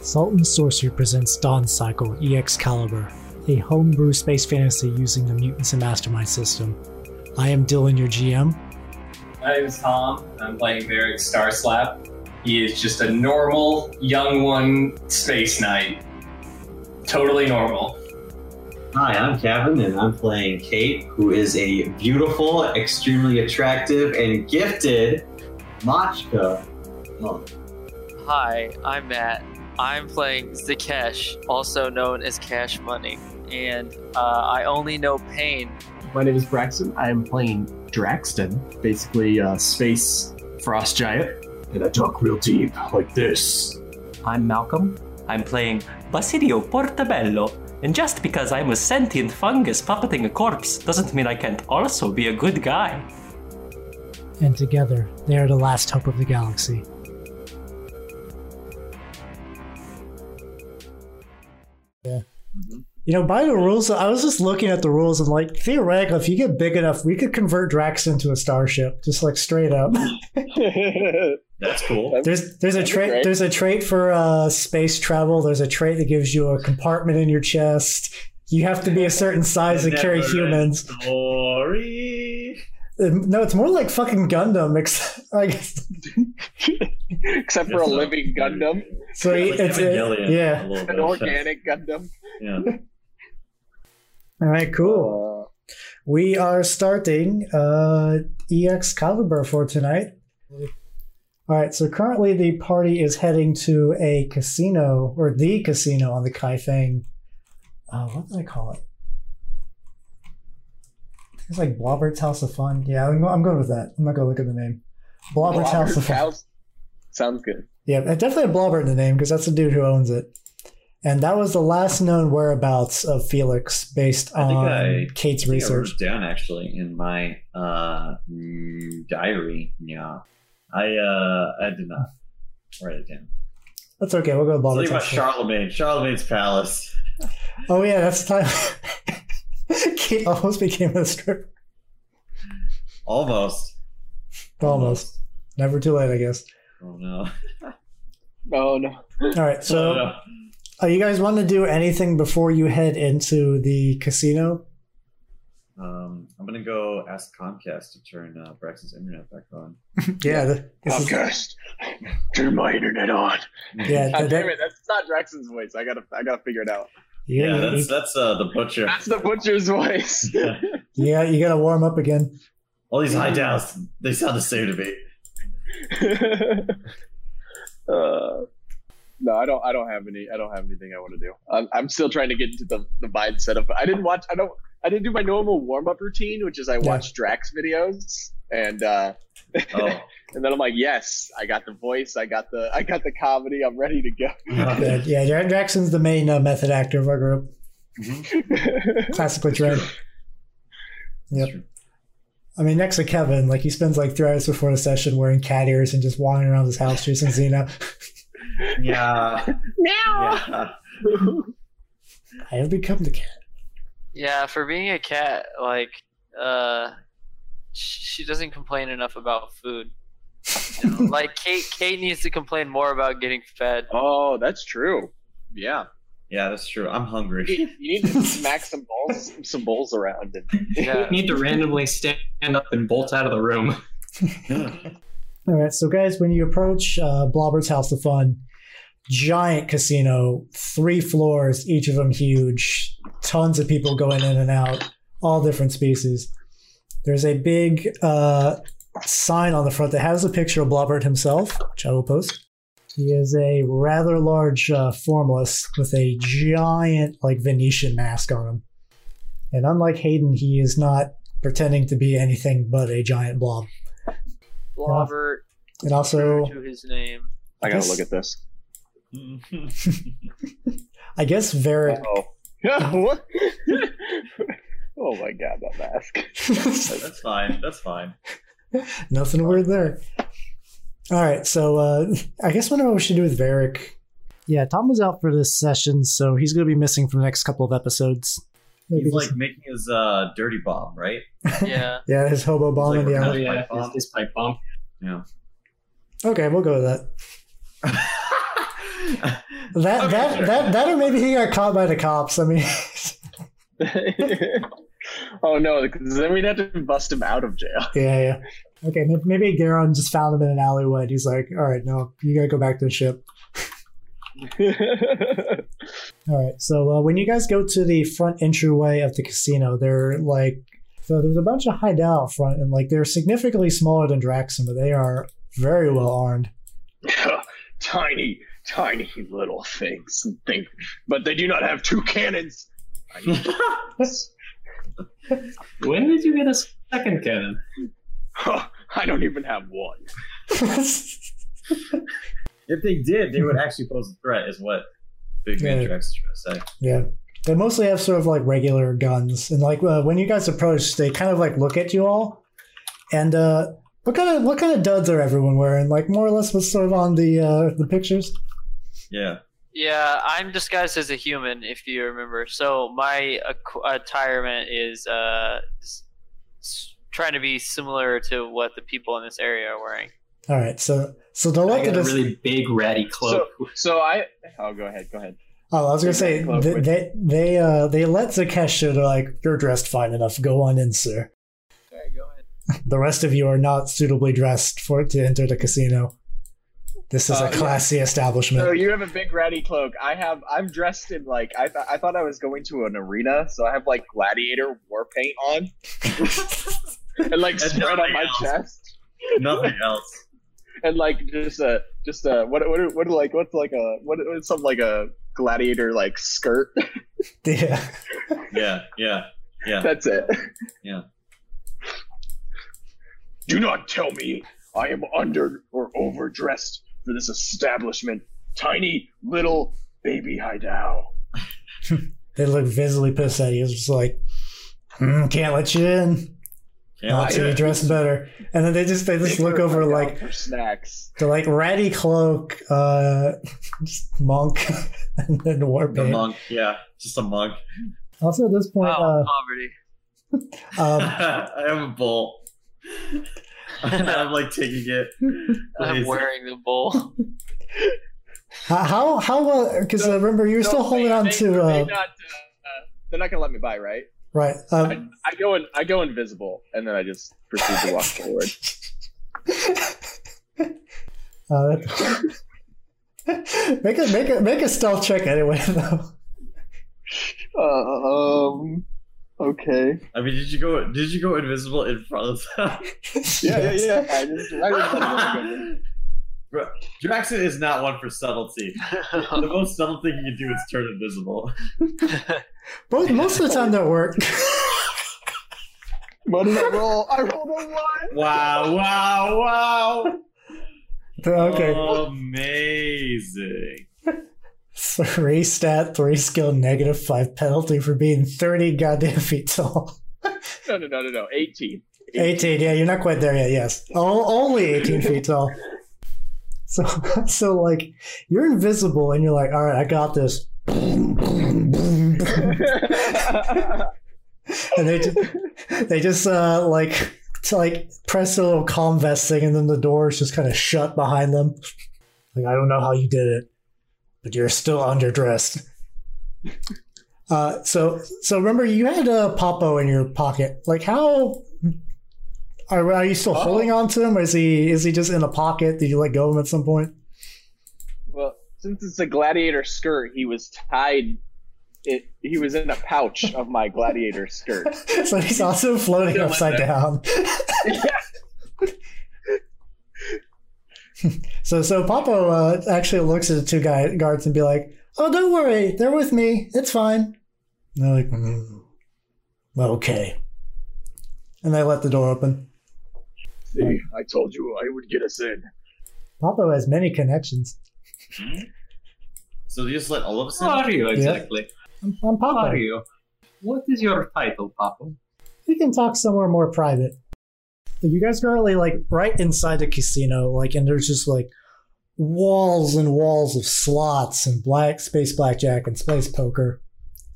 Salt and Sorcery presents Dawn Cycle Excalibur, a homebrew space fantasy using the Mutants and Mastermind system. I am Dylan, your GM. My name is Tom. I'm playing Varric Starslap. He is just a normal young one space knight. Totally normal. Hi, I'm Kevin, and I'm playing Kate, who is a beautiful, extremely attractive, and gifted Machka. Oh, Hi, I'm Matt. I'm playing Zakesh, also known as Cash Money, and uh, I only know pain. My name is Braxton. I am playing Draxton, basically a space frost giant. And I talk real deep, like this. I'm Malcolm. I'm playing Basilio Portabello, and just because I'm a sentient fungus puppeting a corpse doesn't mean I can't also be a good guy. And together, they are the last hope of the galaxy. Yeah. You know, by the rules, I was just looking at the rules and like theoretically, if you get big enough, we could convert Drax into a starship, just like straight up. that's cool. There's there's a That'd be trait great. there's a trait for uh, space travel. There's a trait that gives you a compartment in your chest. You have to be a certain size to carry Never-end humans. Story. Um, No, it's more like fucking Gundam. Ex- like Except for a Yes, living Gundam, so, Like it's Evangelion, it, yeah. a little an bit. organic Gundam. Yeah. All right, cool. We are starting uh, EX Caliber for tonight. All right, so currently the party is heading to a casino or the casino on the Kaifeng. Uh, what did I call it? It's like Blobbert's House of Fun. Yeah, I'm, go- I'm going with that. I'm not going to look at the name. Blobbert's Robert House of Fun. House- Sounds good. Yeah, it definitely had Blobbert in the name because that's the dude who owns it. And that was the last known whereabouts of Felix based I think on I- Kate's I think I wrote research. it down actually in my uh, mm, diary. Yeah, I uh, I did not write it down. That's okay. We'll go with Something Blobbert's about house. Charlemagne, Charlemagne's palace. Oh, yeah, that's the time. Kate almost became a stripper. Almost. Almost. Never too late, I guess. Oh no. Oh no. All right, Oh, so no. uh, you guys want to do anything before you head into the casino? Um, I'm gonna go ask Comcast to turn uh, Braxton's internet back on. Yeah. th- this is- Podcast. Turn my internet on. Yeah, God that- damn it, that's not Draxon's voice. I gotta I gotta figure it out. you, Yeah, you- that's that's uh, the butcher. That's the butcher's voice. yeah, you got to warm up again. All these high dials, they sound the same to me. uh, no, I don't I don't have any I don't have anything I want to do. I'm, I'm still trying to get into the, the mindset of I didn't watch I don't I didn't do my normal warm up routine, which is I watch Drax videos and uh Oh, and then I'm like, yes, I got the voice, I got the I got the comedy, I'm ready to go. Good. Yeah, Jared Jackson's the main uh, method actor of our group. Classically trained. Yep. I mean, next to Kevin, like he spends like three hours before the session wearing cat ears and just wandering around his house chasing Xena. yeah. yeah. I have become the cat. Yeah, for being a cat, like, uh, sh- she doesn't complain enough about food. You know, like Kate, Kate needs to complain more about getting fed. Oh, that's true. Yeah. Yeah, that's true. I'm hungry. You need to smack some balls some balls around and Yeah, need to randomly stand up and bolt out of the room. All right, so guys, when you approach uh, Blobber's House of Fun, giant casino, three floors, each of them huge, tons of people going in and out, all different species. There's a big uh, sign on the front that has a picture of Blobbert himself, which I will post. He is a rather large uh, formless with a giant, like Venetian mask on him. And unlike Hayden, he is not pretending to be anything but a giant blob. Blobbert, And also, true to his name. I This- gotta look at this. I guess Varric. Oh. what? oh my god, that mask. that's fine. That's fine. Nothing weird there. All right, so uh, I guess wonder what we should do with Varric. Yeah, Tom was out for this session, so he's going to be missing for the next couple of episodes. Maybe He's just- like making his uh, dirty bomb, right? Yeah, yeah, his hobo bomb like in the we're hour. Pipe Oh yeah, bomb. it's, it's pipe bomb. Okay, we'll go with that. That that that that or maybe he got caught by the cops. I mean, oh no, because then we'd have to bust him out of jail. yeah, yeah. Okay, may- maybe Garon just found him in an alleyway. And he's like, "All right, no, you gotta go back to the ship." All right. So uh, when you guys go to the front entryway of the casino, they're like, so there's a bunch of hideout out front, and like they're significantly smaller than Draxon, but they are very well armed. tiny, tiny little things. Think, but they do not have two cannons. I need cannons. When did you get a second cannon? Huh, I don't even have one. If they did, they would actually pose a threat, is what Big Man Yeah. Drex is trying to say. yeah, they mostly have sort of like regular guns, and like uh, when you guys approach, they kind of like look at you all, and uh, what kind of what kind of duds are everyone wearing? Like more or less what's sort of on the uh, the pictures. Yeah. Yeah, I'm disguised as a human, if you remember. So my acqu- attirement is uh, s- s- trying to be similar to what the people in this area are wearing. All right, so so the I look got at a this. really big ratty cloak. So I. Oh, go ahead. Go ahead. Oh, I was gonna say Well, they which- they they, uh, they let Zakesh know they're like you're dressed fine enough. Go on in, sir. The rest of you are not suitably dressed for to enter the casino. This is Uh, a classy establishment. So you have a big ratty cloak. I have. I'm dressed in like. I th- I thought I was going to an arena, so I have like gladiator war paint on, and like And spread on nothing my else. chest, Nothing else. and like just a just a what what what like what's like a what what's something like a gladiator like skirt. yeah. Yeah, yeah, yeah. That's it. Yeah. Do not tell me I am under or overdressed for this establishment. Tiny little baby Hidao. They look visibly pissed at you. It's just like, "Hmm, can't let you in. Can't Not let till you you in. dress better. And then they just they just look over like for snacks. the like ratty cloak, uh, monk, and then war The paint. monk, yeah, just a monk. Also, at this Oh, point, poverty. uh, um, I have a bowl. I'm like taking it. I'm Please. wearing the bowl. How how how because uh, remember you were still holding on to They uh, not, uh, they're not gonna let me by, right? right. I, Um, I go in, I go invisible, and then I just proceed to walk forward. uh, make a make a make a stealth check anyway though. um, okay. I mean, did you go? Did you go invisible in front of them? Yeah, Yes. yeah, yeah. I just, I just let him go. Bro, Draxon is not one for subtlety. The most subtle thing you can do is turn invisible. Most, most of the time that work. What did I roll? I rolled a one. Wow! Wow! Wow! okay, Uh. Amazing. three stat, three skill, negative five penalty for being thirty goddamn feet tall. No, no, no, no, no. 18. Eighteen, yeah, you're not quite there yet. Yes, o- only eighteen feet tall. So so like you're invisible and you're like, all right, I got this. and they just, they just uh, like to like press a little calm vest thing, and then the doors just kind of shut behind them. Like I don't know how you did it, but you're still underdressed. Uh, so so remember you had a Popo in your pocket. Like how are, are you still holding on to him? Or is he is he just in a pocket? Did you let go of him at some point? well, since it's a gladiator skirt, he was tied. It, he was in a pouch of my gladiator skirt. So he's also floating Still in upside there. down. so so Popo uh, actually looks at the two guy, guards and be like, "Oh, don't worry, they're with me. It's fine." And they're like, "Mm, "Okay," and they let the door open. See, I told you I would get us in. Popo has many connections. So they just let all of us Who in. are you exactly? I'm, I'm Who are Popo. you? What is your title, Papa? We can talk somewhere more private. But you guys are currently like right inside the casino, like, and there's just like walls and walls of slots and black space blackjack and space poker,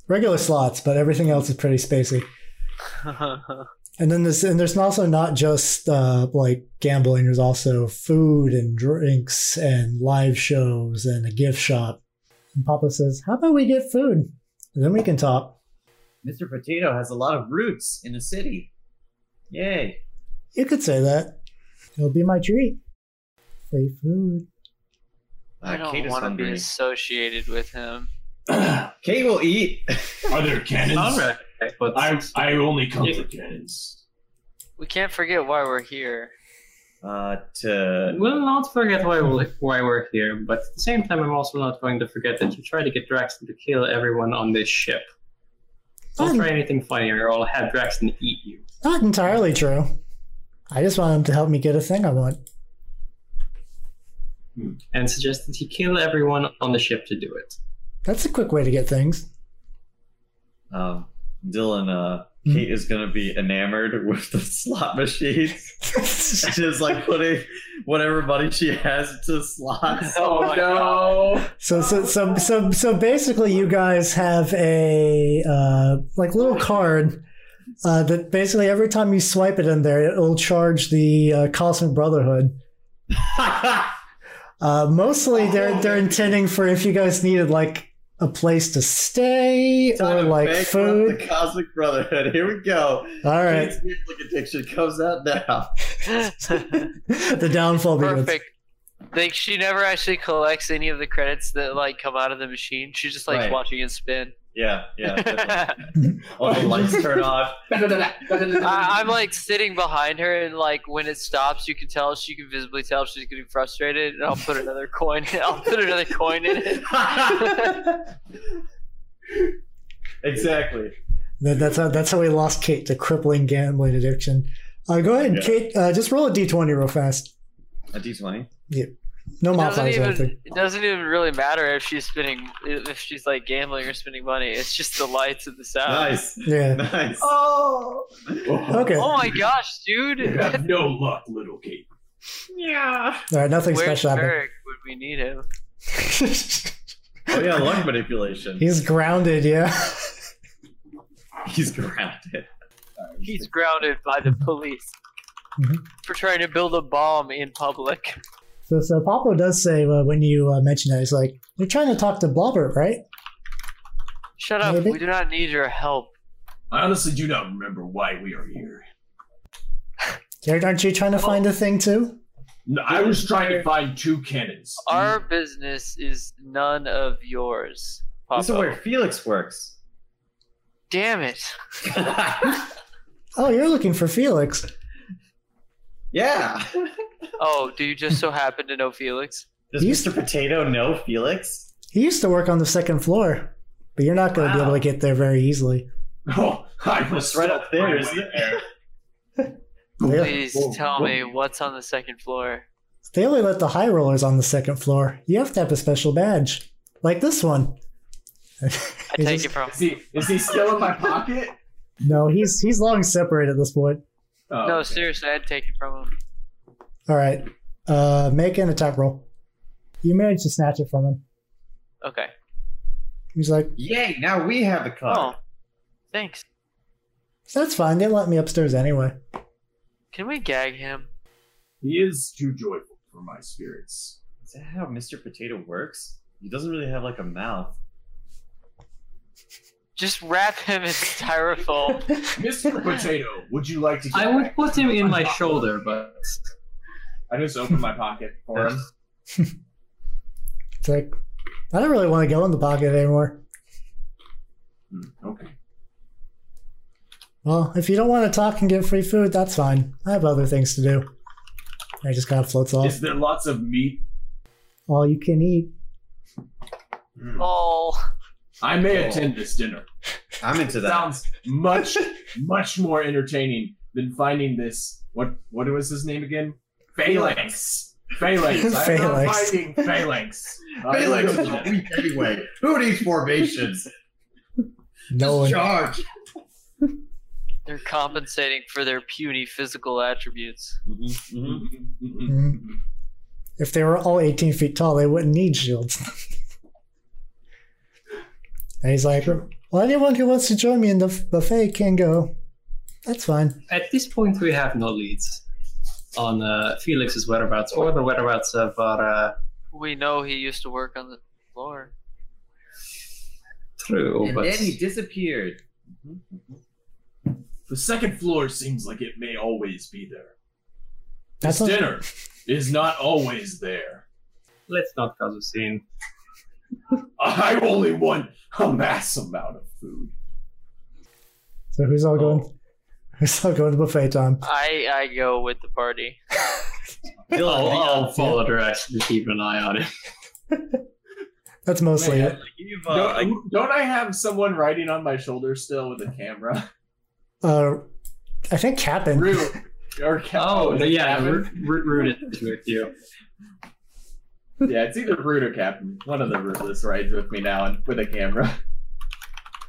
regular slots, but everything else is pretty spacey. And then this, and there's also not just uh, like gambling. There's also food and drinks and live shows and a gift shop. And Papa says, "How about we get food? And then we can talk." Mr. Potato has a lot of roots in the city. Yay. You could say that. It'll be my treat. Free food. Uh, I don't want to be associated with him. Kate will eat. Are there cannons? All right, but I, I only come Yeah. for cannons. We can't forget why we're here. Uh, to we'll not forget why we're, why we're here. But at the same time, I'm also not going to forget that you tried to get Draxton to kill everyone on this ship. Don't Fun. try anything funnier, or I'll have Draxton eat you. Not entirely true. I just want him to help me get a thing I want. And suggest that he kill everyone on the ship to do it. That's a quick way to get things. um, Dylan. Uh, Hmm. Kate is gonna be enamored with the slot machines. She's like putting whatever money she has into slots. Oh, no. So so so so so basically, you guys have a uh, like little card uh, that basically every time you swipe it in there, it'll charge the uh, Cosmic Brotherhood. Uh, mostly, they're they're intending for if you guys needed like a place to stay Time or to like bankrupt food. The Cosmic Brotherhood. Here we go. All right, Kate's music addiction comes out now. the downfall begins. Perfect. Like she never actually collects any of the credits that like come out of the machine. She just likes Right. watching it spin. Yeah, yeah. definitely. I, All the lights turn off. I'm like sitting behind her, and like when it stops, you can tell she can visibly tell if she's getting frustrated. And I'll put another coin. I'll put another coin in it. exactly. That, that's how that's how we lost Kate to crippling gambling addiction. Uh, go ahead, Yeah. Kate. Uh, just roll a d twenty real fast. A d20. No It doesn't modifiers or even. anything. It doesn't even really matter if she's spinning, if she's like gambling or spending money. It's just the lights and the sound. Nice. Yeah. Nice. Uh, Oh. Oh, Okay. Oh my gosh, You dude. have no luck, little Kate. All right. Nothing Where's special happened. Eric when we need him? Oh yeah, luck manipulation. He's grounded. Yeah. He's grounded. He's grounded by the police Mhm. for trying to build a bomb in public. So so Pablo does say uh, when you uh, mention that he's like you're trying to talk to Blobber, right? Shut up, Maybe. we do not need your help. I honestly do not remember why we are here. Aren't you trying to find a thing too? No, I was trying to find two cannons. Our business is none of yours. This is Papa. where Felix works. Damn it. Oh, you're looking for Felix. yeah. Oh, do you just so happen to know Felix? Does He's- Mr. Potato know Felix? He used to work on the second floor, but you're not going to be able to get there very easily. Oh, I was It's right up there, isn't it? They, Please tell me what's on the second floor. they only let the high rollers on the second floor. You have to have a special badge, like this one. I Is take this- it from. Is he, is he still in my pocket? No, he's he's long separated at this point. Oh, No, okay. seriously, I'd take it from him. All right, uh, make an attack roll. You managed to snatch it from him. Okay. He's like, Yay, now we have the Oh, car. thanks. "That's fine. They let me upstairs anyway." Can we gag him? He is too joyful for my spirits. Is that how Mr. Potato works? He doesn't really have like a mouth. Just wrap him in styrofoam. Mr. Potato, would you like to get I would back? put him in my shoulder, but I just opened my pocket for him. It's like, I don't really want to go in the pocket anymore. Hmm, okay. Well, if you don't want to talk and get free food, that's fine. I have other things to do. I just kind of floats off. Is there lots of meat? All you can eat. Hmm. oh, I may attend this dinner. I'm into that. Sounds much, much more entertaining than finding this. What What was his name again? Phalanx. Phalanx. I'm not Phalanx. finding Phalanx. Uh, Felix is weak anyway. Who needs formations? No one. Charge. they're compensating for their puny physical attributes. Mm-hmm. Mhm. If they were all 18 feet tall, they wouldn't need shields. and he's like, well, anyone who wants to join me in the buffet can go. That's fine. At this point, we have no leads on uh, Felix's whereabouts or the whereabouts of our. Uh, We know he used to work on the floor. true, and but then he disappeared. The second floor seems like it may always be there. That's this not- dinner is not always there. let's not cause a scene. I only want a mass amount of food. So who's Oh. all going? Who's all going to buffet time? I I go with the party. Dylan, I'll, hang on. I'll follow directions to keep an eye on it. That's mostly Man, it. you've, uh, Don't, don't I have someone riding on my shoulder still with a camera? Uh, I think Captain. Rue. Or Ca- Oh, is no, it yeah, Captain? Ru- Ru- Rude is with you. Yeah, it's either Root or Captain. One of the rootless rides with me now and with a camera.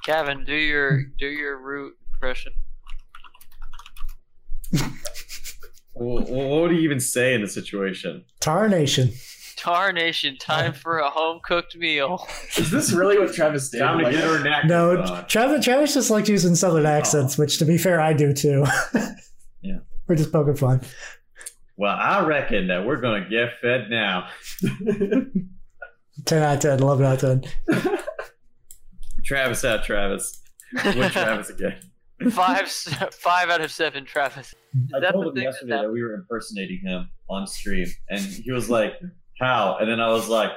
Kevin, do your do your root impression. Wha- wha- what would he even say in the situation? Tarnation. Tarnation! Time for a home cooked meal. Is this really what Travis did? Time to Like, get her neck. No, Uh, Oh. Travis, Travis just likes using southern accents, which to be fair, I do too. Yeah. We're just poking fun. well, I reckon that we're gonna get fed now. 10 out of 10, 11 out of 10. Travis out, Travis. With Travis again. five s- five out of seven, Travis. I that told the him thing that yesterday that, we were impersonating him on stream, and he was like, "How?" And then I was like,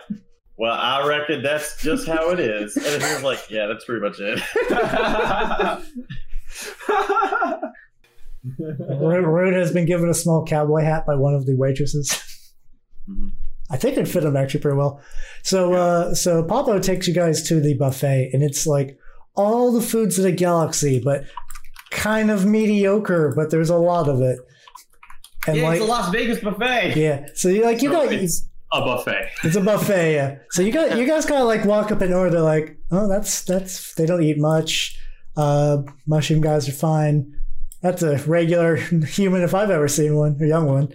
"Well, I reckon that's just how it is." And he was like, "Yeah, that's pretty much it." Ru- Rude has been given a small cowboy hat by one of the waitresses. Mhm. I think it fit him actually pretty well. So, uh, so Pablo takes you guys to the buffet, and it's like all the foods of the galaxy, but kind of mediocre. But there's a lot of it, and yeah, like it's a Las Vegas buffet. yeah, so you like you So got it's, A buffet. a buffet, yeah. So you got you guys kind of like walk up and order like, oh, that's that's they don't eat much. Uh, mushroom guys are fine. That's a regular human if I've ever seen one, a young one.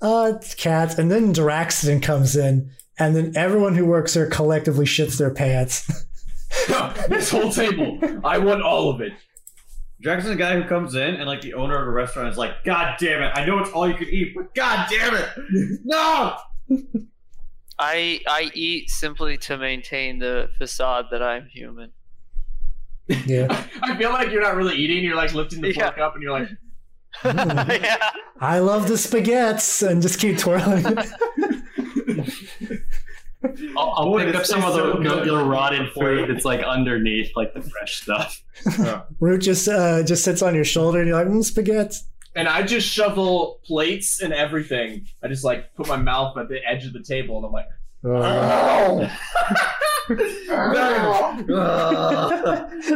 Uh, it's cats, and then Draxton comes in, and then everyone who works there collectively shits their pants. this whole table. I want all of it. Jackson's the guy who comes in and like the owner of the restaurant is like, "God damn it! I know it's all you can eat, but God damn it, no!" I I eat simply to maintain the facade that I'm human. yeah, I feel like you're not really eating. You're like lifting the fork up and you're like, yeah. I love the spaghettis, and just keep twirling. I'll, I'll Boy, pick this up some of tastes the, so the, good. the rotted food that's like underneath, like the fresh stuff. Root just uh, just sits on your shoulder, and you're like, mm, spaghetti. and I just shovel plates and everything. I just like put my mouth at the edge of the table and I'm like, Uh. Oh.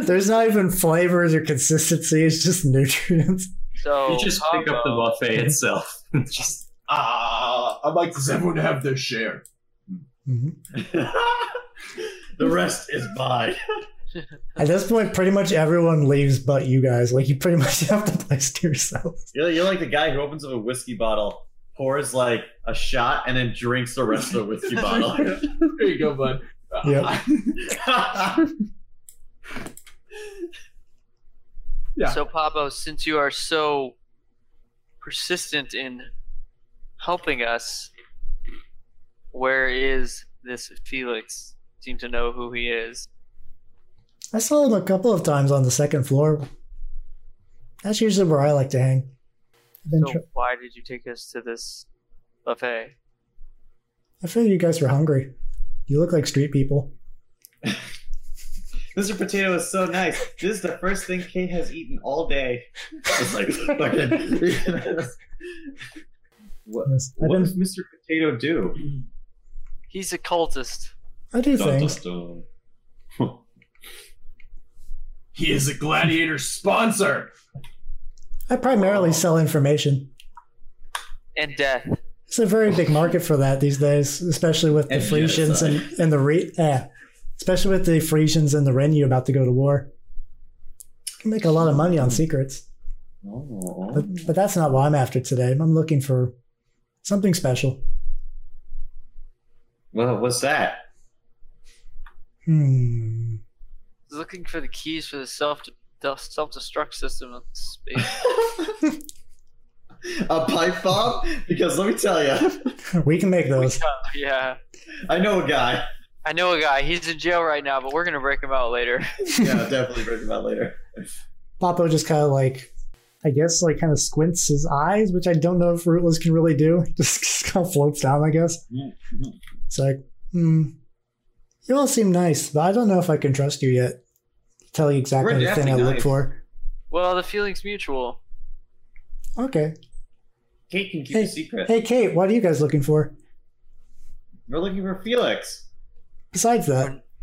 There's not even flavors or consistency. It's just nutrients. So you just pick up the Pablo- buffet itself. just ah. I'm like, does everyone have their share? the rest is mine. At this point, pretty much everyone leaves but you guys. Like you pretty much have the place to yourself. You're, you're like the guy who opens up a whiskey bottle, pours like a shot, and then drinks the rest of the whiskey bottle. There you go, bud. Yep. Yeah. So, Pablo, since you are so persistent in helping us, where is this Felix? Seem to know who he is. I saw him a couple of times on the second floor. That's usually where I like to hang. I've been tr- So why did you take us to this buffet? I figured you guys were hungry. You look like street people. Mr. Potato is so nice. This is the first thing Kate has eaten all day. It's like fucking. what, Yes. I've what been- does Mr. Potato do? He's a cultist. I do Dun, things. dun, He is a gladiator sponsor. I primarily sell information. And death. It's a very big market for that these days, especially with the And Frisians and, and the Re- yeah, especially with the Frisians and the Renu about to go to war. You can make a lot of money on secrets, dun. Oh. but but that's not what I'm after today. I'm looking for something special. Well, what's that? Hmm. He's looking for the keys for the self the self-destruct system in space. a pipe bomb? Because let me tell you, we can make those. yeah, I know a guy. I know a guy. He's in jail right now, but we're gonna break him out later. Yeah, definitely break him out later. Papo just kind of like, I guess, like kind of squints his eyes, which I don't know if Rootless can really do. Just, kind of floats down, I guess. It's like, hmm, you all seem nice, but I don't know if I can trust you yet. Tell you exactly We're the thing I definitely look nice. for. Well, the feeling's mutual. Okay. Kate can keep Hey, a secret. hey, Kate, what are you guys looking for We're looking for Felix. besides that?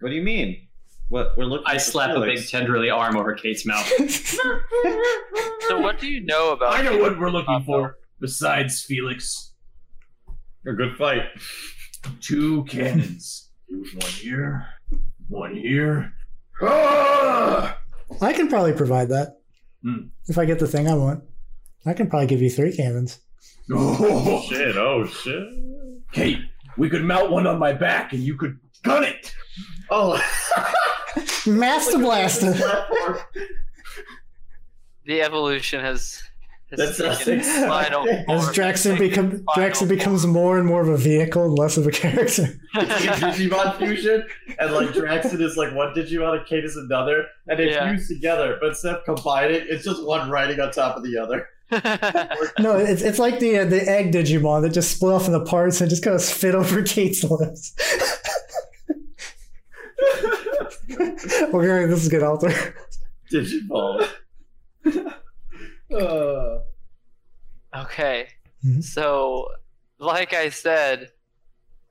What do you mean? What we're looking? I for slap a big Felix. tenderly arm over Kate's mouth. So, what do you know about? I know what we're looking for. Besides Felix, A good fight. two cannons. one here, one here. Ah! I can probably provide that Hmm. if I get the thing I want. I can probably give you three cannons. Oh, Shit! Oh shit! Kate, we could mount one on my back, and you could gun it. Oh, Master Blaster. The evolution has. has that's us. taken its final As form. Draxon Taken become its Draxon final becomes more and more of a vehicle and less of a character. It's like a Digimon fusion, and like Draxon is like one Digimon and Kate is another, and they Yeah. fuse together. But instead of combining, it's just one riding on top of the other. form. No, it's, it's like the uh, the egg Digimon that just split off into parts and just kind of spit over Kate's lips. okay, this is good, Alter. Digimon. okay. Mhm. So, like I said,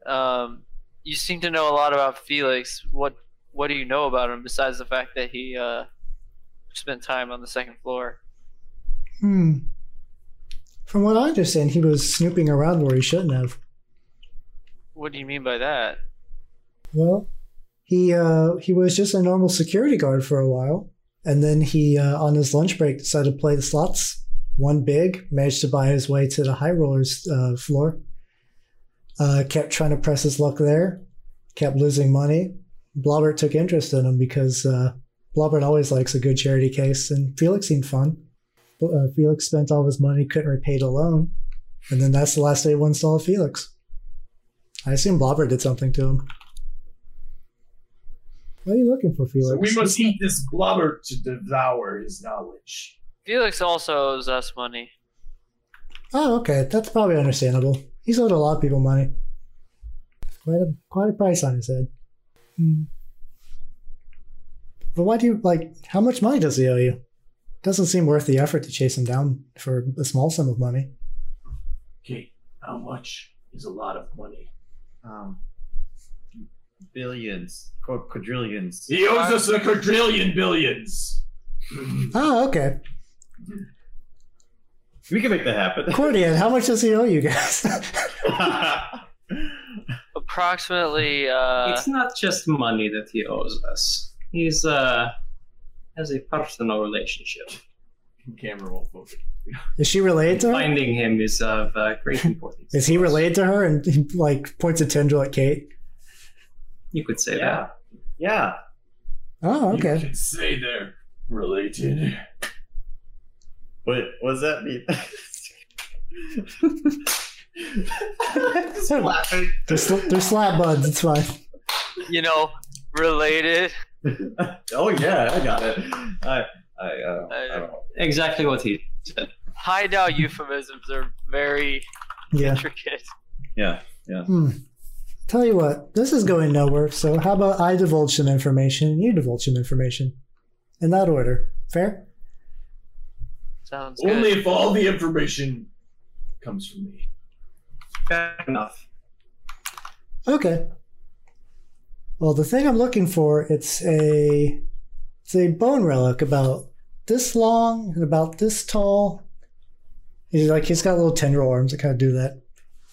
um, you seem to know a lot about Felix. What What do you know about him besides the fact that he uh, spent time on the second floor? Hmm. From what I understand, he was snooping around where he shouldn't have. What do you mean by that? Well, he uh, he was just a normal security guard for a while, and then he uh, on his lunch break decided to play the slots. One big managed to buy his way to the high rollers uh, floor. Uh, kept trying to press his luck there, kept losing money. Blobbert took interest in him because uh, Blobbert always likes a good charity case, and Felix seemed fun. But, uh, Felix spent all of his money, couldn't repay the loan, and then that's the last anyone saw of Felix. I assume Blobbert did something to him. What are you looking for, Felix? So we must eat this blubber to devour his knowledge. Felix also owes us money. Oh, okay. That's probably understandable. He's owed a lot of people money. Quite a quite a price on his head. Hmm. But why do you like? How much money does he owe you? Doesn't seem worth the effort to chase him down for a small sum of money. Kate, how much is a lot of money? Um, billions, Qu- quadrillions. He owes us a quadrillion billions. Oh, okay. We can make that happen. Cordian, how much does he owe you guys? Approximately. Uh, it's not just money that he owes us. He's uh has a personal relationship. Camera won't focus. Is she related to her? Finding him is of uh, great importance. Is he related to her? And he, like points a tendril at Kate. You could say that. yeah, yeah. Oh, You okay. can say they're related. Wait, what does that mean? Just laughing. They're, sl- they're slap buds. It's fine. you know, related. Oh yeah, I got it. I, I, I don't, I don't. Exactly what he said. Hideout euphemisms are very Yeah. intricate. Yeah. Hmm. Tell you what, this is going nowhere. So how about I divulge some information and you divulge some information, in that order? Fair? Sounds Only good. if all the information comes from me. Fair enough. Okay. Well, the thing I'm looking for it's a it's a bone relic about this long and about this tall. He's like he's got little tendril arms that kind of do that.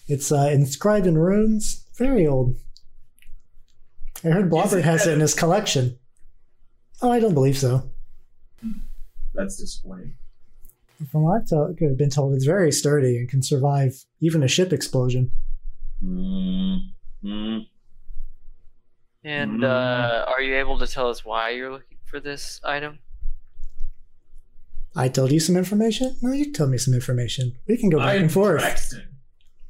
It's uh, inscribed in runes. Very old. I heard Blobbert has it in his collection. Oh, I don't believe so. That's disappointing. from what I've to- could have been told, it's very sturdy and can survive even a ship explosion. Mm, mm. And uh, are you able to tell us why you're looking for this item? I told you some information. No, you told me some information. We can go back I'm and forth. Braxton.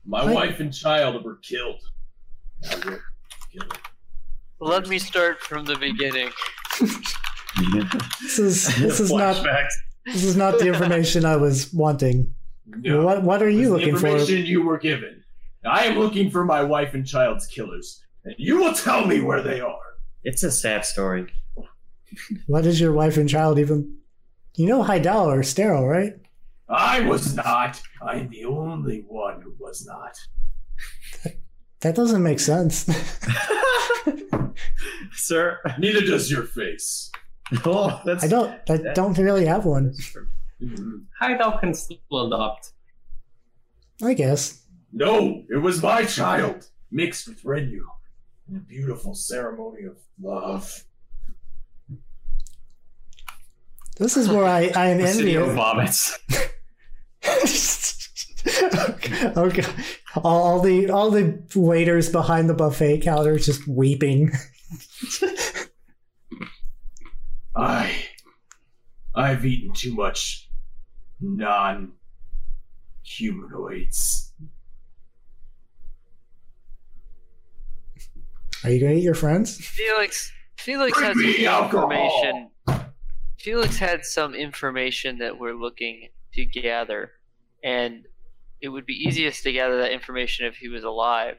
My Hi. wife and child were killed. I will kill them. Let me start from the beginning. This is this is not this is not the information I was wanting. No. What what are It's you the looking for? information you were given. I am looking for my wife and child's killers, and you will tell me where they are. It's a sad story. What is your wife and child even? You know, high dollar, sterile, right? I was not. I'm the only one who was not. That doesn't make sense. Sir. Neither does your face. Oh, that's I don't. I don't really have one. Mhm. Heidel can still adopt. I guess. No, it was my child, mixed with Renu. in A beautiful ceremony of love. This is where I, I am Presidio envious. vomits. okay. All, all the all the waiters behind the buffet counter just weeping. I. I've eaten too much non humanoids. Are you gonna eat your friends? Felix Felix Bring has me some alcohol. information. Felix had some information that we're looking to gather, and it would be easiest to gather that information if he was alive.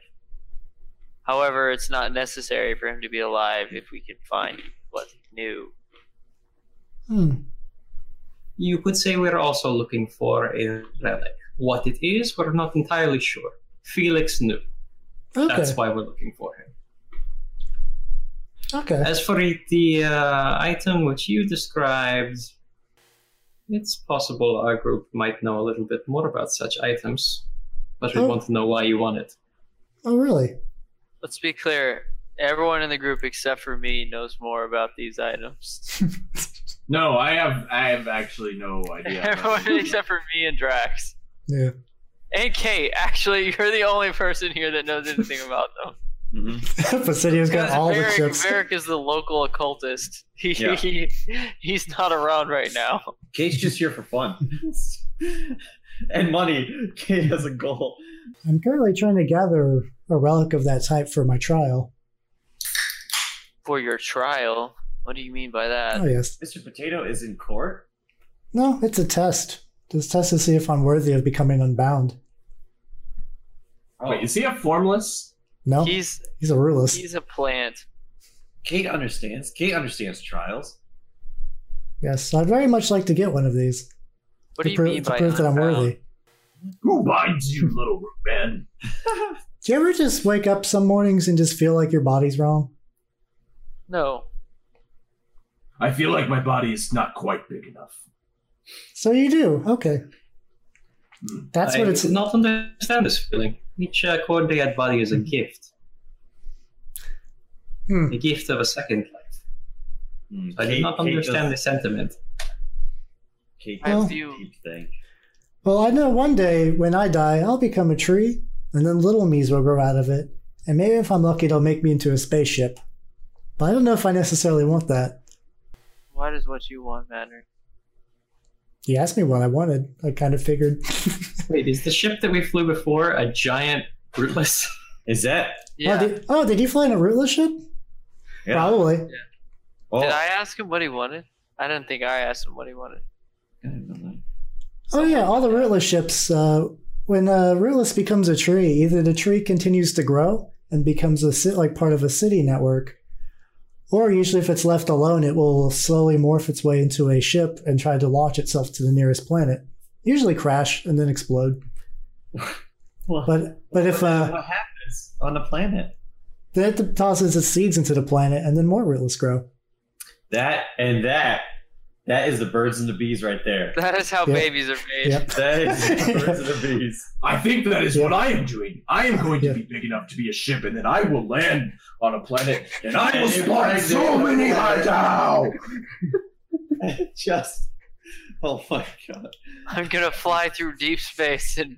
However, it's not necessary for him to be alive if we can find what's new. Hmm. You could say we're also looking for a relic. What it is, we're not entirely sure. Felix knew. Okay. That's why we're looking for him. Okay. As for the uh, item which you described, it's possible our group might know a little bit more about such items, but we Oh. want to know why you want it. Oh, really? Let's be clear. Everyone in the group except for me knows more about these items. No, I have I have actually no idea. Everyone except for me and Drax. Yeah. And Kate, actually, you're the only person here that knows anything about them. Mhm. Presidio's got Because all the Varric- chips. Varric is the local occultist. He, Yeah. he he's not around right now. Kate's just here for fun. and money. Kate has a goal. I'm currently trying to gather a relic of that type for my trial. For your trial, what do you mean by that? Oh yes. Mr. Potato is in court. No, it's a test. Just test to see if I'm worthy of becoming unbound. Wait, is he a formless? No, he's, He's a ruleless. he's a plant. Kate understands. Kate understands trials. yes, I'd very much like to get one of these What to, do you pro- mean to by Um, prove that I'm unbound? worthy. Who binds you, little man? Do you ever just wake up some mornings and just feel like your body's wrong? No. I feel like my body is not quite big enough. So you do. Okay. Hmm. That's what I it's. do not understand this feeling. Each uh, Cordia body is a gift, Hmm. a gift of a second life. Mm, I do not understand does- the sentiment. Kate I does have the you- deep thing. Well, I know one day when I die, I'll become a tree, and then little me's will grow out of it. And maybe if I'm lucky, they'll make me into a spaceship. But I don't know if I necessarily want that. Why does what you want matter? You asked me what I wanted. I kind of figured. oh, Wait, is the ship that we flew before a giant rootless? Is that? Yeah. Oh, did, did, oh, did you fly in a rootless ship? Yeah. Probably. Oh, I ask him what he wanted? I didn't think I asked him what he wanted. Oh yeah, all the rootless ships. Uh, when a rootless becomes a tree, either the tree continues to grow and becomes a ci- like part of a city network, or usually if it's left alone, it will slowly morph its way into a ship and try to launch itself to the nearest planet. Usually crash and then explode. Well, But but if uh, what happens on the planet? then it tosses its seeds into the planet and then more rootless grow. That and that. That is the birds and the bees right there. That is how Yeah. babies are made. Yep. That is the birds and the bees. I think that is Yeah. what I am doing. I am going to be big enough to be a ship, and then I will land on a planet, and I will spawn so many hideout. Just. Oh my god. I'm gonna fly through deep space and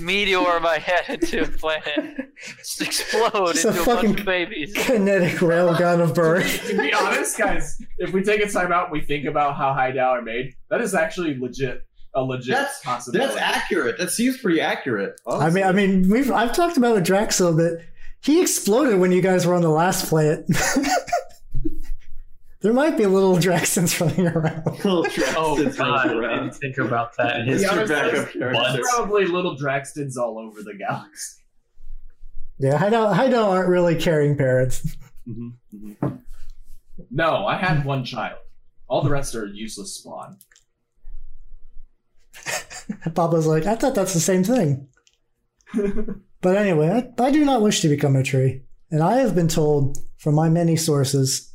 meteor my head into a planet, just explode It's a into a, fucking- bunch of babies. Kinetic railgun of birth. to be honest, guys, if we take a time out, we think about how Highdow are made. That is actually legit, a legit That's- possibility. That's Oh, accurate. That seems pretty accurate. I mean, I mean, we've I've talked about with Draxel that he exploded when you guys were on the last planet. there might be little Draxons running around. little Draxton's Oh running god, I around. didn't think about that. He's His- your honestly, backup There's character. probably little Draxtons all over the galaxy. Yeah, Hideout, Hideout aren't really caring parents. No, I had one child. All the rest are useless spawn. Papa's like, I thought that's the same thing. but anyway, I, I do not wish to become a tree. And I have been told from my many sources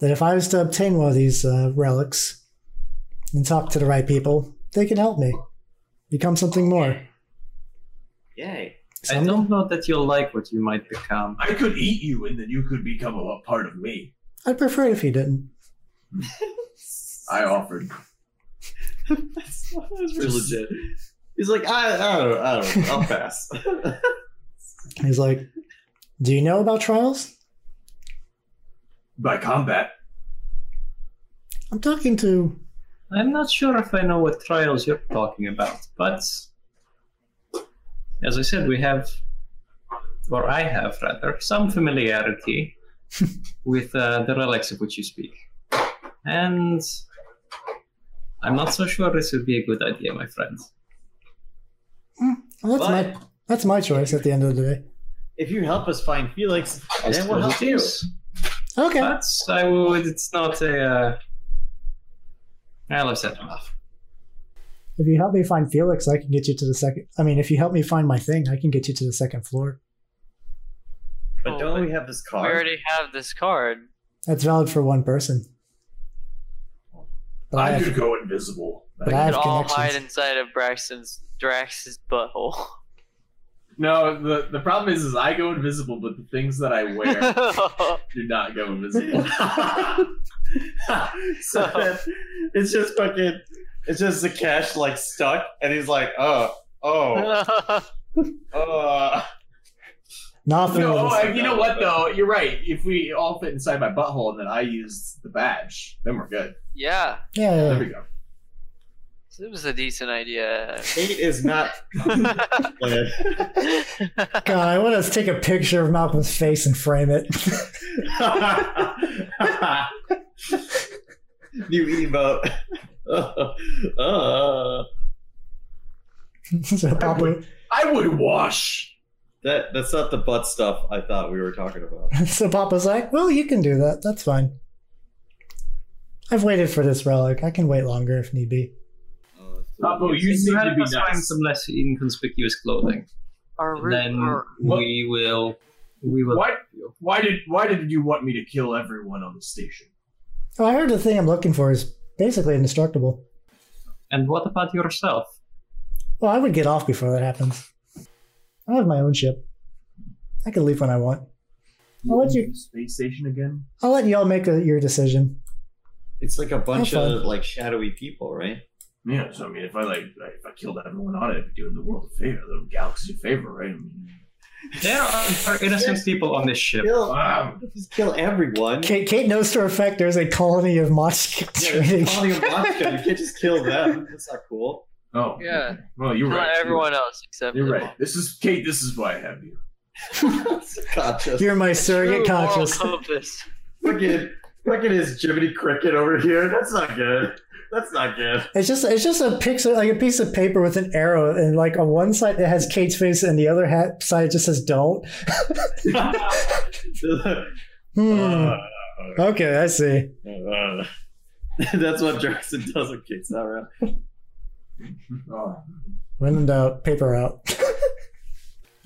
that if I was to obtain one of these uh, relics and talk to the right people, they can help me become something more. Yay. I don't know that you'll like what you might become. I could eat you, and then you could become a, a part of me. I'd prefer it if you didn't. I offered. That's, that's pretty legit. He's like, I, I don't, I don't, I'll pass. He's like, Do you know about trials? By combat, I'm talking to. I'm not sure if I know what trials you're talking about, but as I said, we have, or I have rather, some familiarity with uh, the relics of which you speak. And I'm not so sure this would be a good idea, my friend. Well, that's, my, But- that's my choice at the end of the day. if you help us find Felix, I then we'll suppose help it you. is. Okay. But I would, it's not a. Uh, well, I've said enough. If you help me find Felix, I can get you to the second. I mean, if you help me find my thing, I can get you to the second floor. But Oh, don't but we have this We card? already have this card. That's valid for one person. But I I have, could go invisible. but I We have could all hide connections. inside of Braxton's Drax's butthole. No, the, the problem is, is I go invisible, but the things that I wear do not go invisible. so then it's just fucking, it's just the cash like stuck, and he's like, oh, oh, uh. Nothing. No, of oh, this- you know what though? You're right. If we all fit inside my butthole and then I use the badge, then we're good. yeah, yeah, yeah, There yeah. we go. this was a decent idea. Kate is not. playing. God, I want to take a picture of Malcolm's face and frame it. New emote. Uh, so Papa, I would wash. that that's not the butt stuff I thought we were talking about. so Papa's like, "Well, you can do that. That's fine. I've waited for this relic. I can wait longer if need be." Uh, Oh, Pablo, Oh, you If seem help to be us find nice. some less inconspicuous clothing. Our And root- then our- we will we will Why? Why did? Why did you want me to kill everyone on the station? Oh, I heard the thing I'm looking for is basically indestructible. and what about yourself Well, I would get off before that happens. I have my own ship. I can leave when I want. I'll let you. Space station again? I'll let y'all make a, your decision. It's like a bunch Have fun. of like shadowy people, right? Yeah. So I mean, if I like, if I killed everyone on it, I'd be doing the world a favor, the galaxy a favor, right? I mean, there are innocent people on this ship Kill, Wow. just kill everyone. Kate, Kate knows for a fact there's a colony of mosh Yeah, training. it's calling a monster. You can't just kill them. That's not cool. oh. Yeah. okay. Well, you're Not right. you're everyone else except You're the- right. This is Kate. This is why I have you. Conscious. You're my True surrogate moral conscious. compass. Fucking, fucking is Jiminy Cricket over here. That's not good. That's not good. It's just it's just a picture like a piece of paper with an arrow and like on one side it has Kate's face and the other hat side just says don't. Hmm. Uh. okay, I see. That's what Jackson does when Kate's not around. Oh. When in doubt, paper out. uh,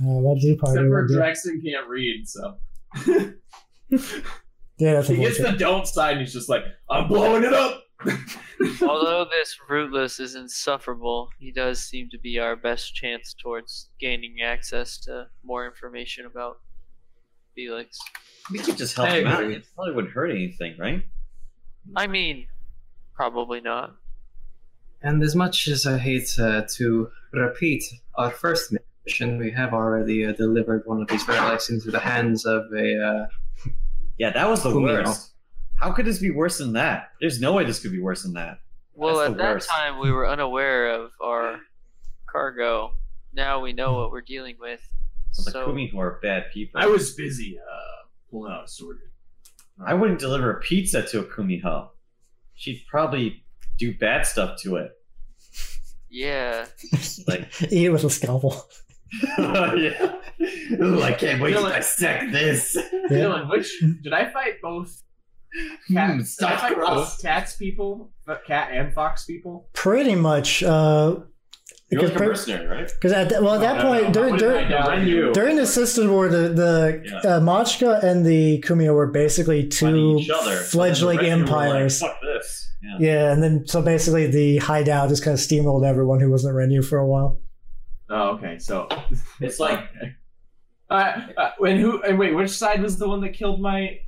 what do you party? Except for wanna do? Draxton can't read, so yeah, that's he gets the unfortunate. don't sign. He's just like, I'm blowing it up. Although this rootless is insufferable, he does seem to be our best chance towards gaining access to more information about Felix. We could just help I him out. agree. It probably wouldn't hurt anything, right? I mean, probably not. and as much as i hate uh, to repeat our first mission. We have already uh, delivered one of these relics into the hands of a. Uh, Yeah, that was the Kumino. worst. How could this be worse than that? There's no way this could be worse than that. Well, That's at the that worst. time, we were unaware of our cargo. Now we know what we're dealing with. The So Kumino are bad people. I was busy uh, pulling out a sword. I wouldn't deliver a pizza to a Kumiho. She'd probably do bad stuff to it. yeah, Like, Eat it with a scalpel. yeah. Ooh, I can't wait to dissect this. Yeah. Dylan, which did I fight both? Hmm, Cat, did I stuffed fight crust. both cats people, but cat and fox people? Pretty much. Uh, You're because like a mercenary, right? because at that, well, at that No, no, point, no, during, What did I during, do? I knew. during the System War, the, the uh, Machka and the Kumio were basically Fighting two each other. fledgling And the rest of you were like, empires. Fuck this. Yeah. Yeah, and then so basically the hideout just kind of steamrolled everyone who wasn't Renu for a while. Oh, okay. So It's like Uh, uh, and who? And wait, which side was the one that killed my?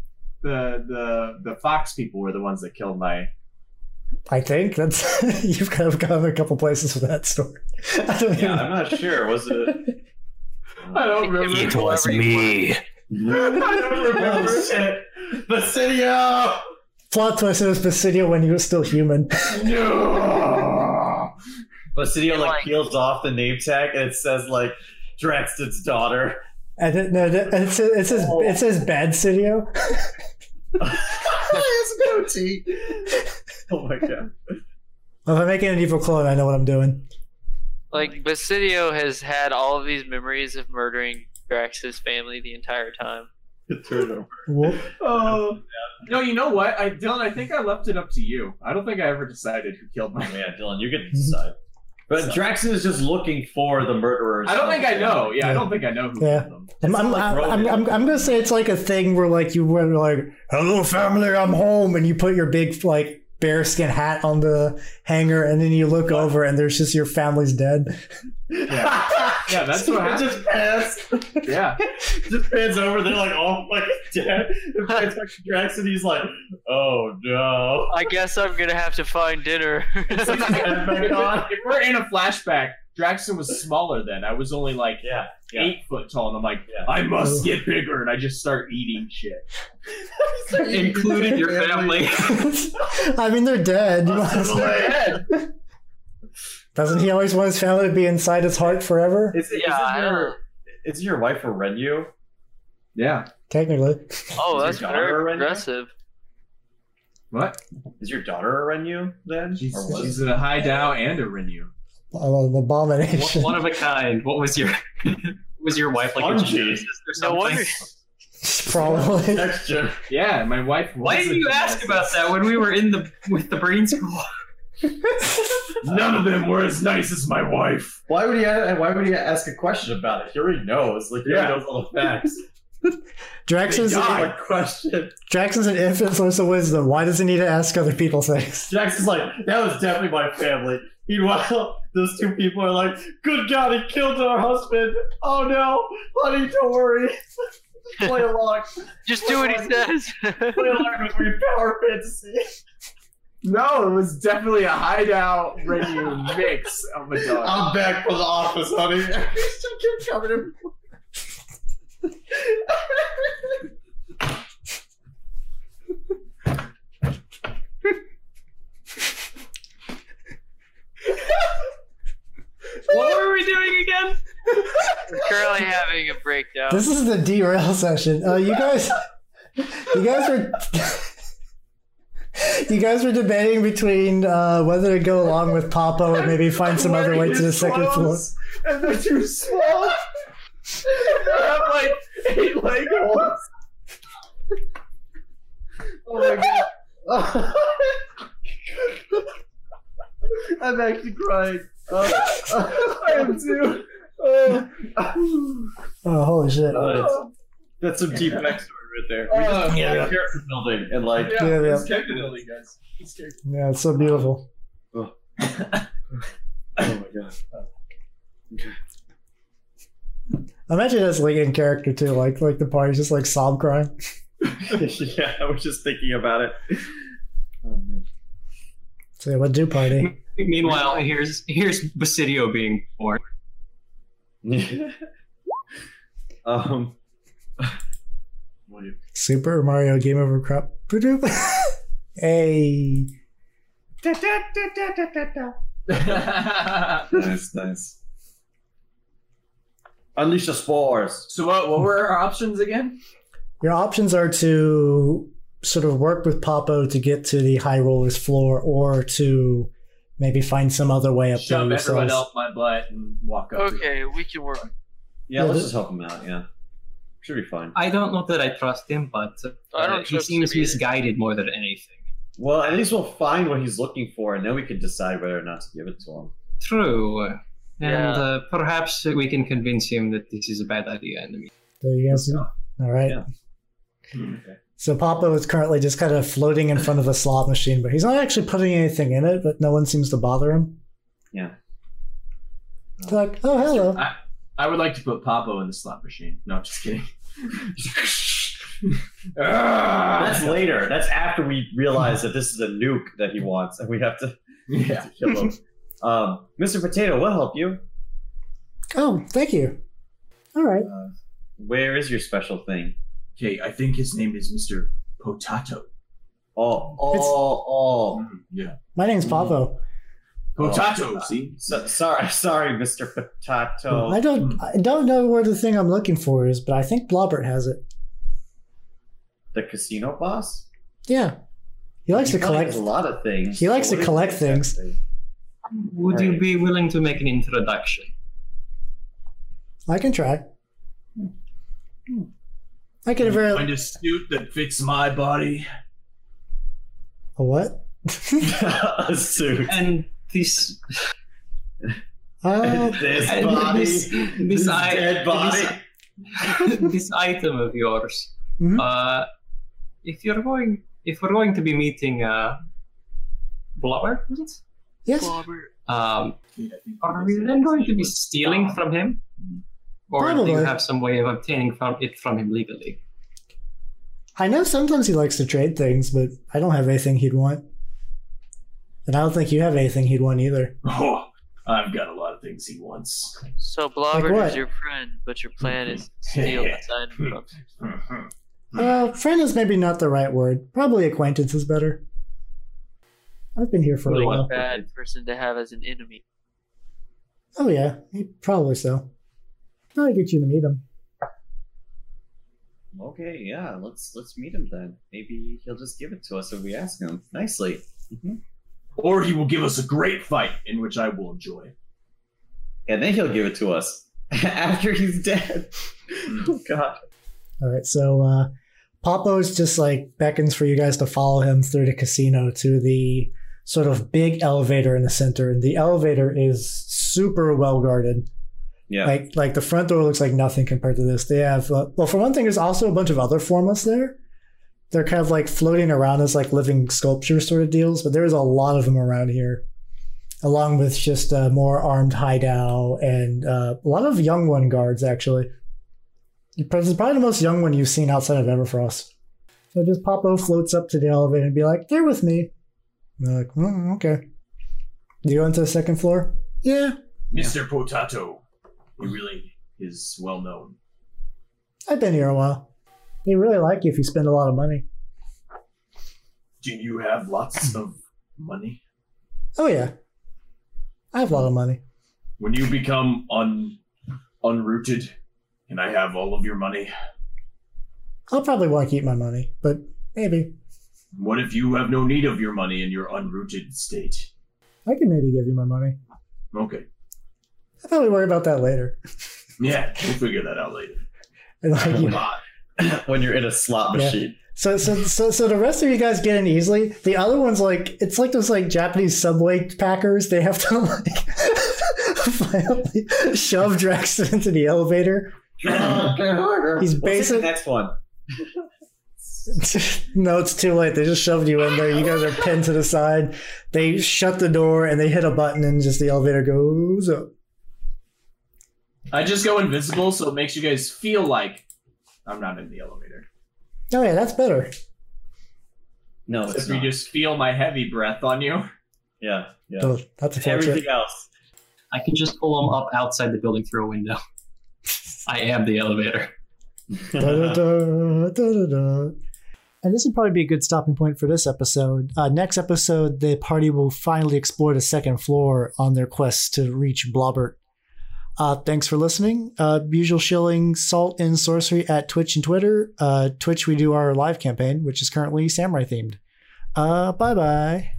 The the the fox people were the ones that killed my. I think that's you've kind of gone a couple places with that story. I don't Yeah, even- I'm not sure. Was it? I Oh, don't remember. It was me. I don't remember. shit! Basidio! Plot twist it was Basidio when he was still human. No! Basidio like Like- peels off the name tag and it says like Draxton's daughter. And it, no, that- it says it says, it says bad Sidio. Oh my god! Well, if I'm making an evil clone, I know what I'm doing. like Basidio has had all of these memories of murdering Drax's family the entire time. Whoop. Oh no! You know what, I, Dylan? I think I left it up to you. I don't think I ever decided who killed Oh my. yeah, Dylan, you get to decide. But Draxton is just looking for the murderers. I don't think I know. Yeah, I don't think I know who Yeah. killed them. I'm, I'm, like I'm, I'm, Roman. I'm, I'm gonna say it's like a thing where like you were like, "Hello, family, I'm home," and you put your big like bearskin hat on the hanger, and then you look over, and there's just your family's dead. Yeah, yeah that's what It happened. just pans, Yeah, just pans over. They're like, "Oh my god!" It pans back to Draxton. He's like, "Oh no!" I guess I'm gonna have to find dinner. if, it- if we're in a flashback, Draxton was smaller then. I was only like Yeah, yeah. eight foot tall, and I'm like, Yeah. I must get bigger, and I just start eating shit. including your family. I mean, they're dead. You might as well- Doesn't he always want his family to be inside his heart forever? Is it, Yeah, yeah, I is don't- your, is your wife a Renu? Yeah. Technically, oh, Is that's your daughter very already there? progressive. What? Is your daughter a Renu then? She's, Or was- she's a high Dow and a Renew. Oh, an abomination. one, one of a kind. What was your was your wife like? A Spongy. Jesus or No something? wonder. Probably. Texture. Yeah, my wife. Why was did a you ask geneticist. about that when we were in the with the brain school? None of them were as nice as my wife. Why would he? a- Why would he ask a question about it? He already knows. Like he already knows all the facts. Draxon's God, a question. Draxon's an infinite source of wisdom. Why does he need to ask other people things? Jax is like, that was definitely my family. Meanwhile, those two people are like, good God, he killed our husband. Oh no, honey, don't worry. Play along. Just do what he says. Play along with your power fantasy. No, it was definitely a high Dow Renew mix of a dog. I'm back from the office, honey. She kept coming in. What were we doing again? We're currently having a breakdown. This is the derail session. Uh, you guys, you guys were, you guys were debating between uh, whether to go along with Papa or maybe find some other way to the second floor. And they're too small. they have like eight leg holes. Oh my god. I'm actually crying. Uh, I am too. Oh. Oh, holy shit! That's some deep backstory right there. We just Oh, yeah. character building and like yeah, Yeah, yeah. It's character building, guys. It's character- Yeah, it's so beautiful. Oh my god. I imagine that's like in character too. Like, like the party's just like sob crying. yeah, I was just thinking about it. Oh man. So yeah, what do party? Meanwhile, here's here's Basidio being born. um, Super Mario Game Over Crop. Ba-doop. hey. nice, nice. Unleash the spores. So what? What were our options again? Your options are to sort of work with Popo to get to the High Roller's floor or to maybe find some other way up Shove there everyone yourselves. up my butt and walk up. to Okay, we can work. Yeah, Yeah, let's this- just help him out. Yeah, should be fine. I don't know that I trust him, but uh, I don't he trust him seems either. misguided more than anything. Well, at least we'll find what he's looking for, and then we can decide whether or not to give it to him. True. And Yeah. uh, perhaps we can convince him that this is a bad idea. In the meantime. There you guys Yeah. All right. Yeah. So Papa is currently just kind of floating in front of a slot machine, but he's not actually putting anything in it, but no one seems to bother him. Yeah. It's like, oh, hello. I, I would like to put Popo in the slot machine. No, just kidding. That's later. That's after we realize that this is a nuke that he wants, and we have to, Yeah. to kill him. um, Mr. Potato, we'll help you. Oh, thank you. All right. Uh, where is your special thing? Okay, I think his name is Mr. Potato. Oh, oh, It's- oh. Mm, yeah. My name's Pavo. Potato, Oh, see? So, sorry, sorry, Mr. Potato. I hmm. don't, I don't know where the thing I'm looking for is, but I think Blobbert has it. the casino boss. Yeah, he likes to probably collect. has a lot of things. he likes to What is collect it things. exactly? Would you be willing to make an introduction? I can try. I get a very Find a suit that fits my body. a what? a suit. And this, Uh, this and body. this, this, this i- dead body. this- this item of yours. Mhm. Uh, if you're going, if we're going to be meeting, uh, Blubber, is it? yes, Blobber. Um, Yeah, I think are that's we it. then going to be stealing from him? Or do you Probably. have some way of obtaining from it from him legally? I know. Sometimes he likes to trade things, but I don't have anything he'd want, and I don't think you have anything he'd want either. Oh, I've got a lot of things he wants. So Blobber what? is your friend, but your plan is to steal the sign from him. Uh, friend is maybe not the right word. Probably acquaintance is better. I've been here for a Really? while. Bad person to have as an enemy. Oh yeah, probably so. Probably get you to meet him. Okay, yeah, let's let's meet him then. Maybe he'll just give it to us if we ask him nicely. Or he will give us a great fight in which I will enjoy. And then he'll give it to us after he's dead. oh god. All right, so uh, Popo's just like beckons for you guys to follow him through the casino to the sort of big elevator in the center, and the elevator is super well guarded. Yeah. Like, like the front door looks like nothing compared to this. They have, uh, well, for one thing, there's also a bunch of other formless there. They're kind of like floating around as like living sculpture sort of deals, but there is a lot of them around here, along with just uh, more armed Hideow and uh, a lot of young one guards actually. It's probably the most young one you've seen outside of Everfrost. So just Popo floats up to the elevator and be like, "They're with me." And they're like, "Mm, "Okay." Do you go into the second floor? Yeah, Mr. Potato. He really is well known. I've been here a while. They really like you if you spend a lot of money. Do you have lots of money? Oh yeah, I have a lot of money. When you become un unrooted, and I have all of your money, I'll probably want to keep my money, but maybe what if you have no need of your money in your unrooted state? I can maybe give you my money. Okay. I probably worry about that later. Yeah, we'll figure that out later. And like, you- when you're in a slot Yeah. machine. So, so, so, so the rest of you guys get in easily. The other ones, like, it's like those like Japanese subway packers. They have to like violently shove Draxton into the elevator. He's He's basic- next one. no, it's too late. They just shoved you in there. You guys are pinned to the side. They shut the door and they hit a button, and just the elevator goes up. I just go invisible, so it makes you guys feel like I'm not in the elevator. Oh yeah, that's better. No, it's If you not. just feel my heavy breath on you. Yeah, yeah. So that's a Everything portrait. else. I can just pull them up outside the building through a window. I am the elevator. Da-da-da, da-da-da. And this would probably be a good stopping point for this episode. Uh, next episode, the party will finally explore the second floor on their quest to reach Blobbert. Uh, thanks for listening. Uh, usual shilling salt and sorcery at Twitch and Twitter. Uh, Twitch, we do our live campaign, which is currently samurai themed. Uh, bye bye.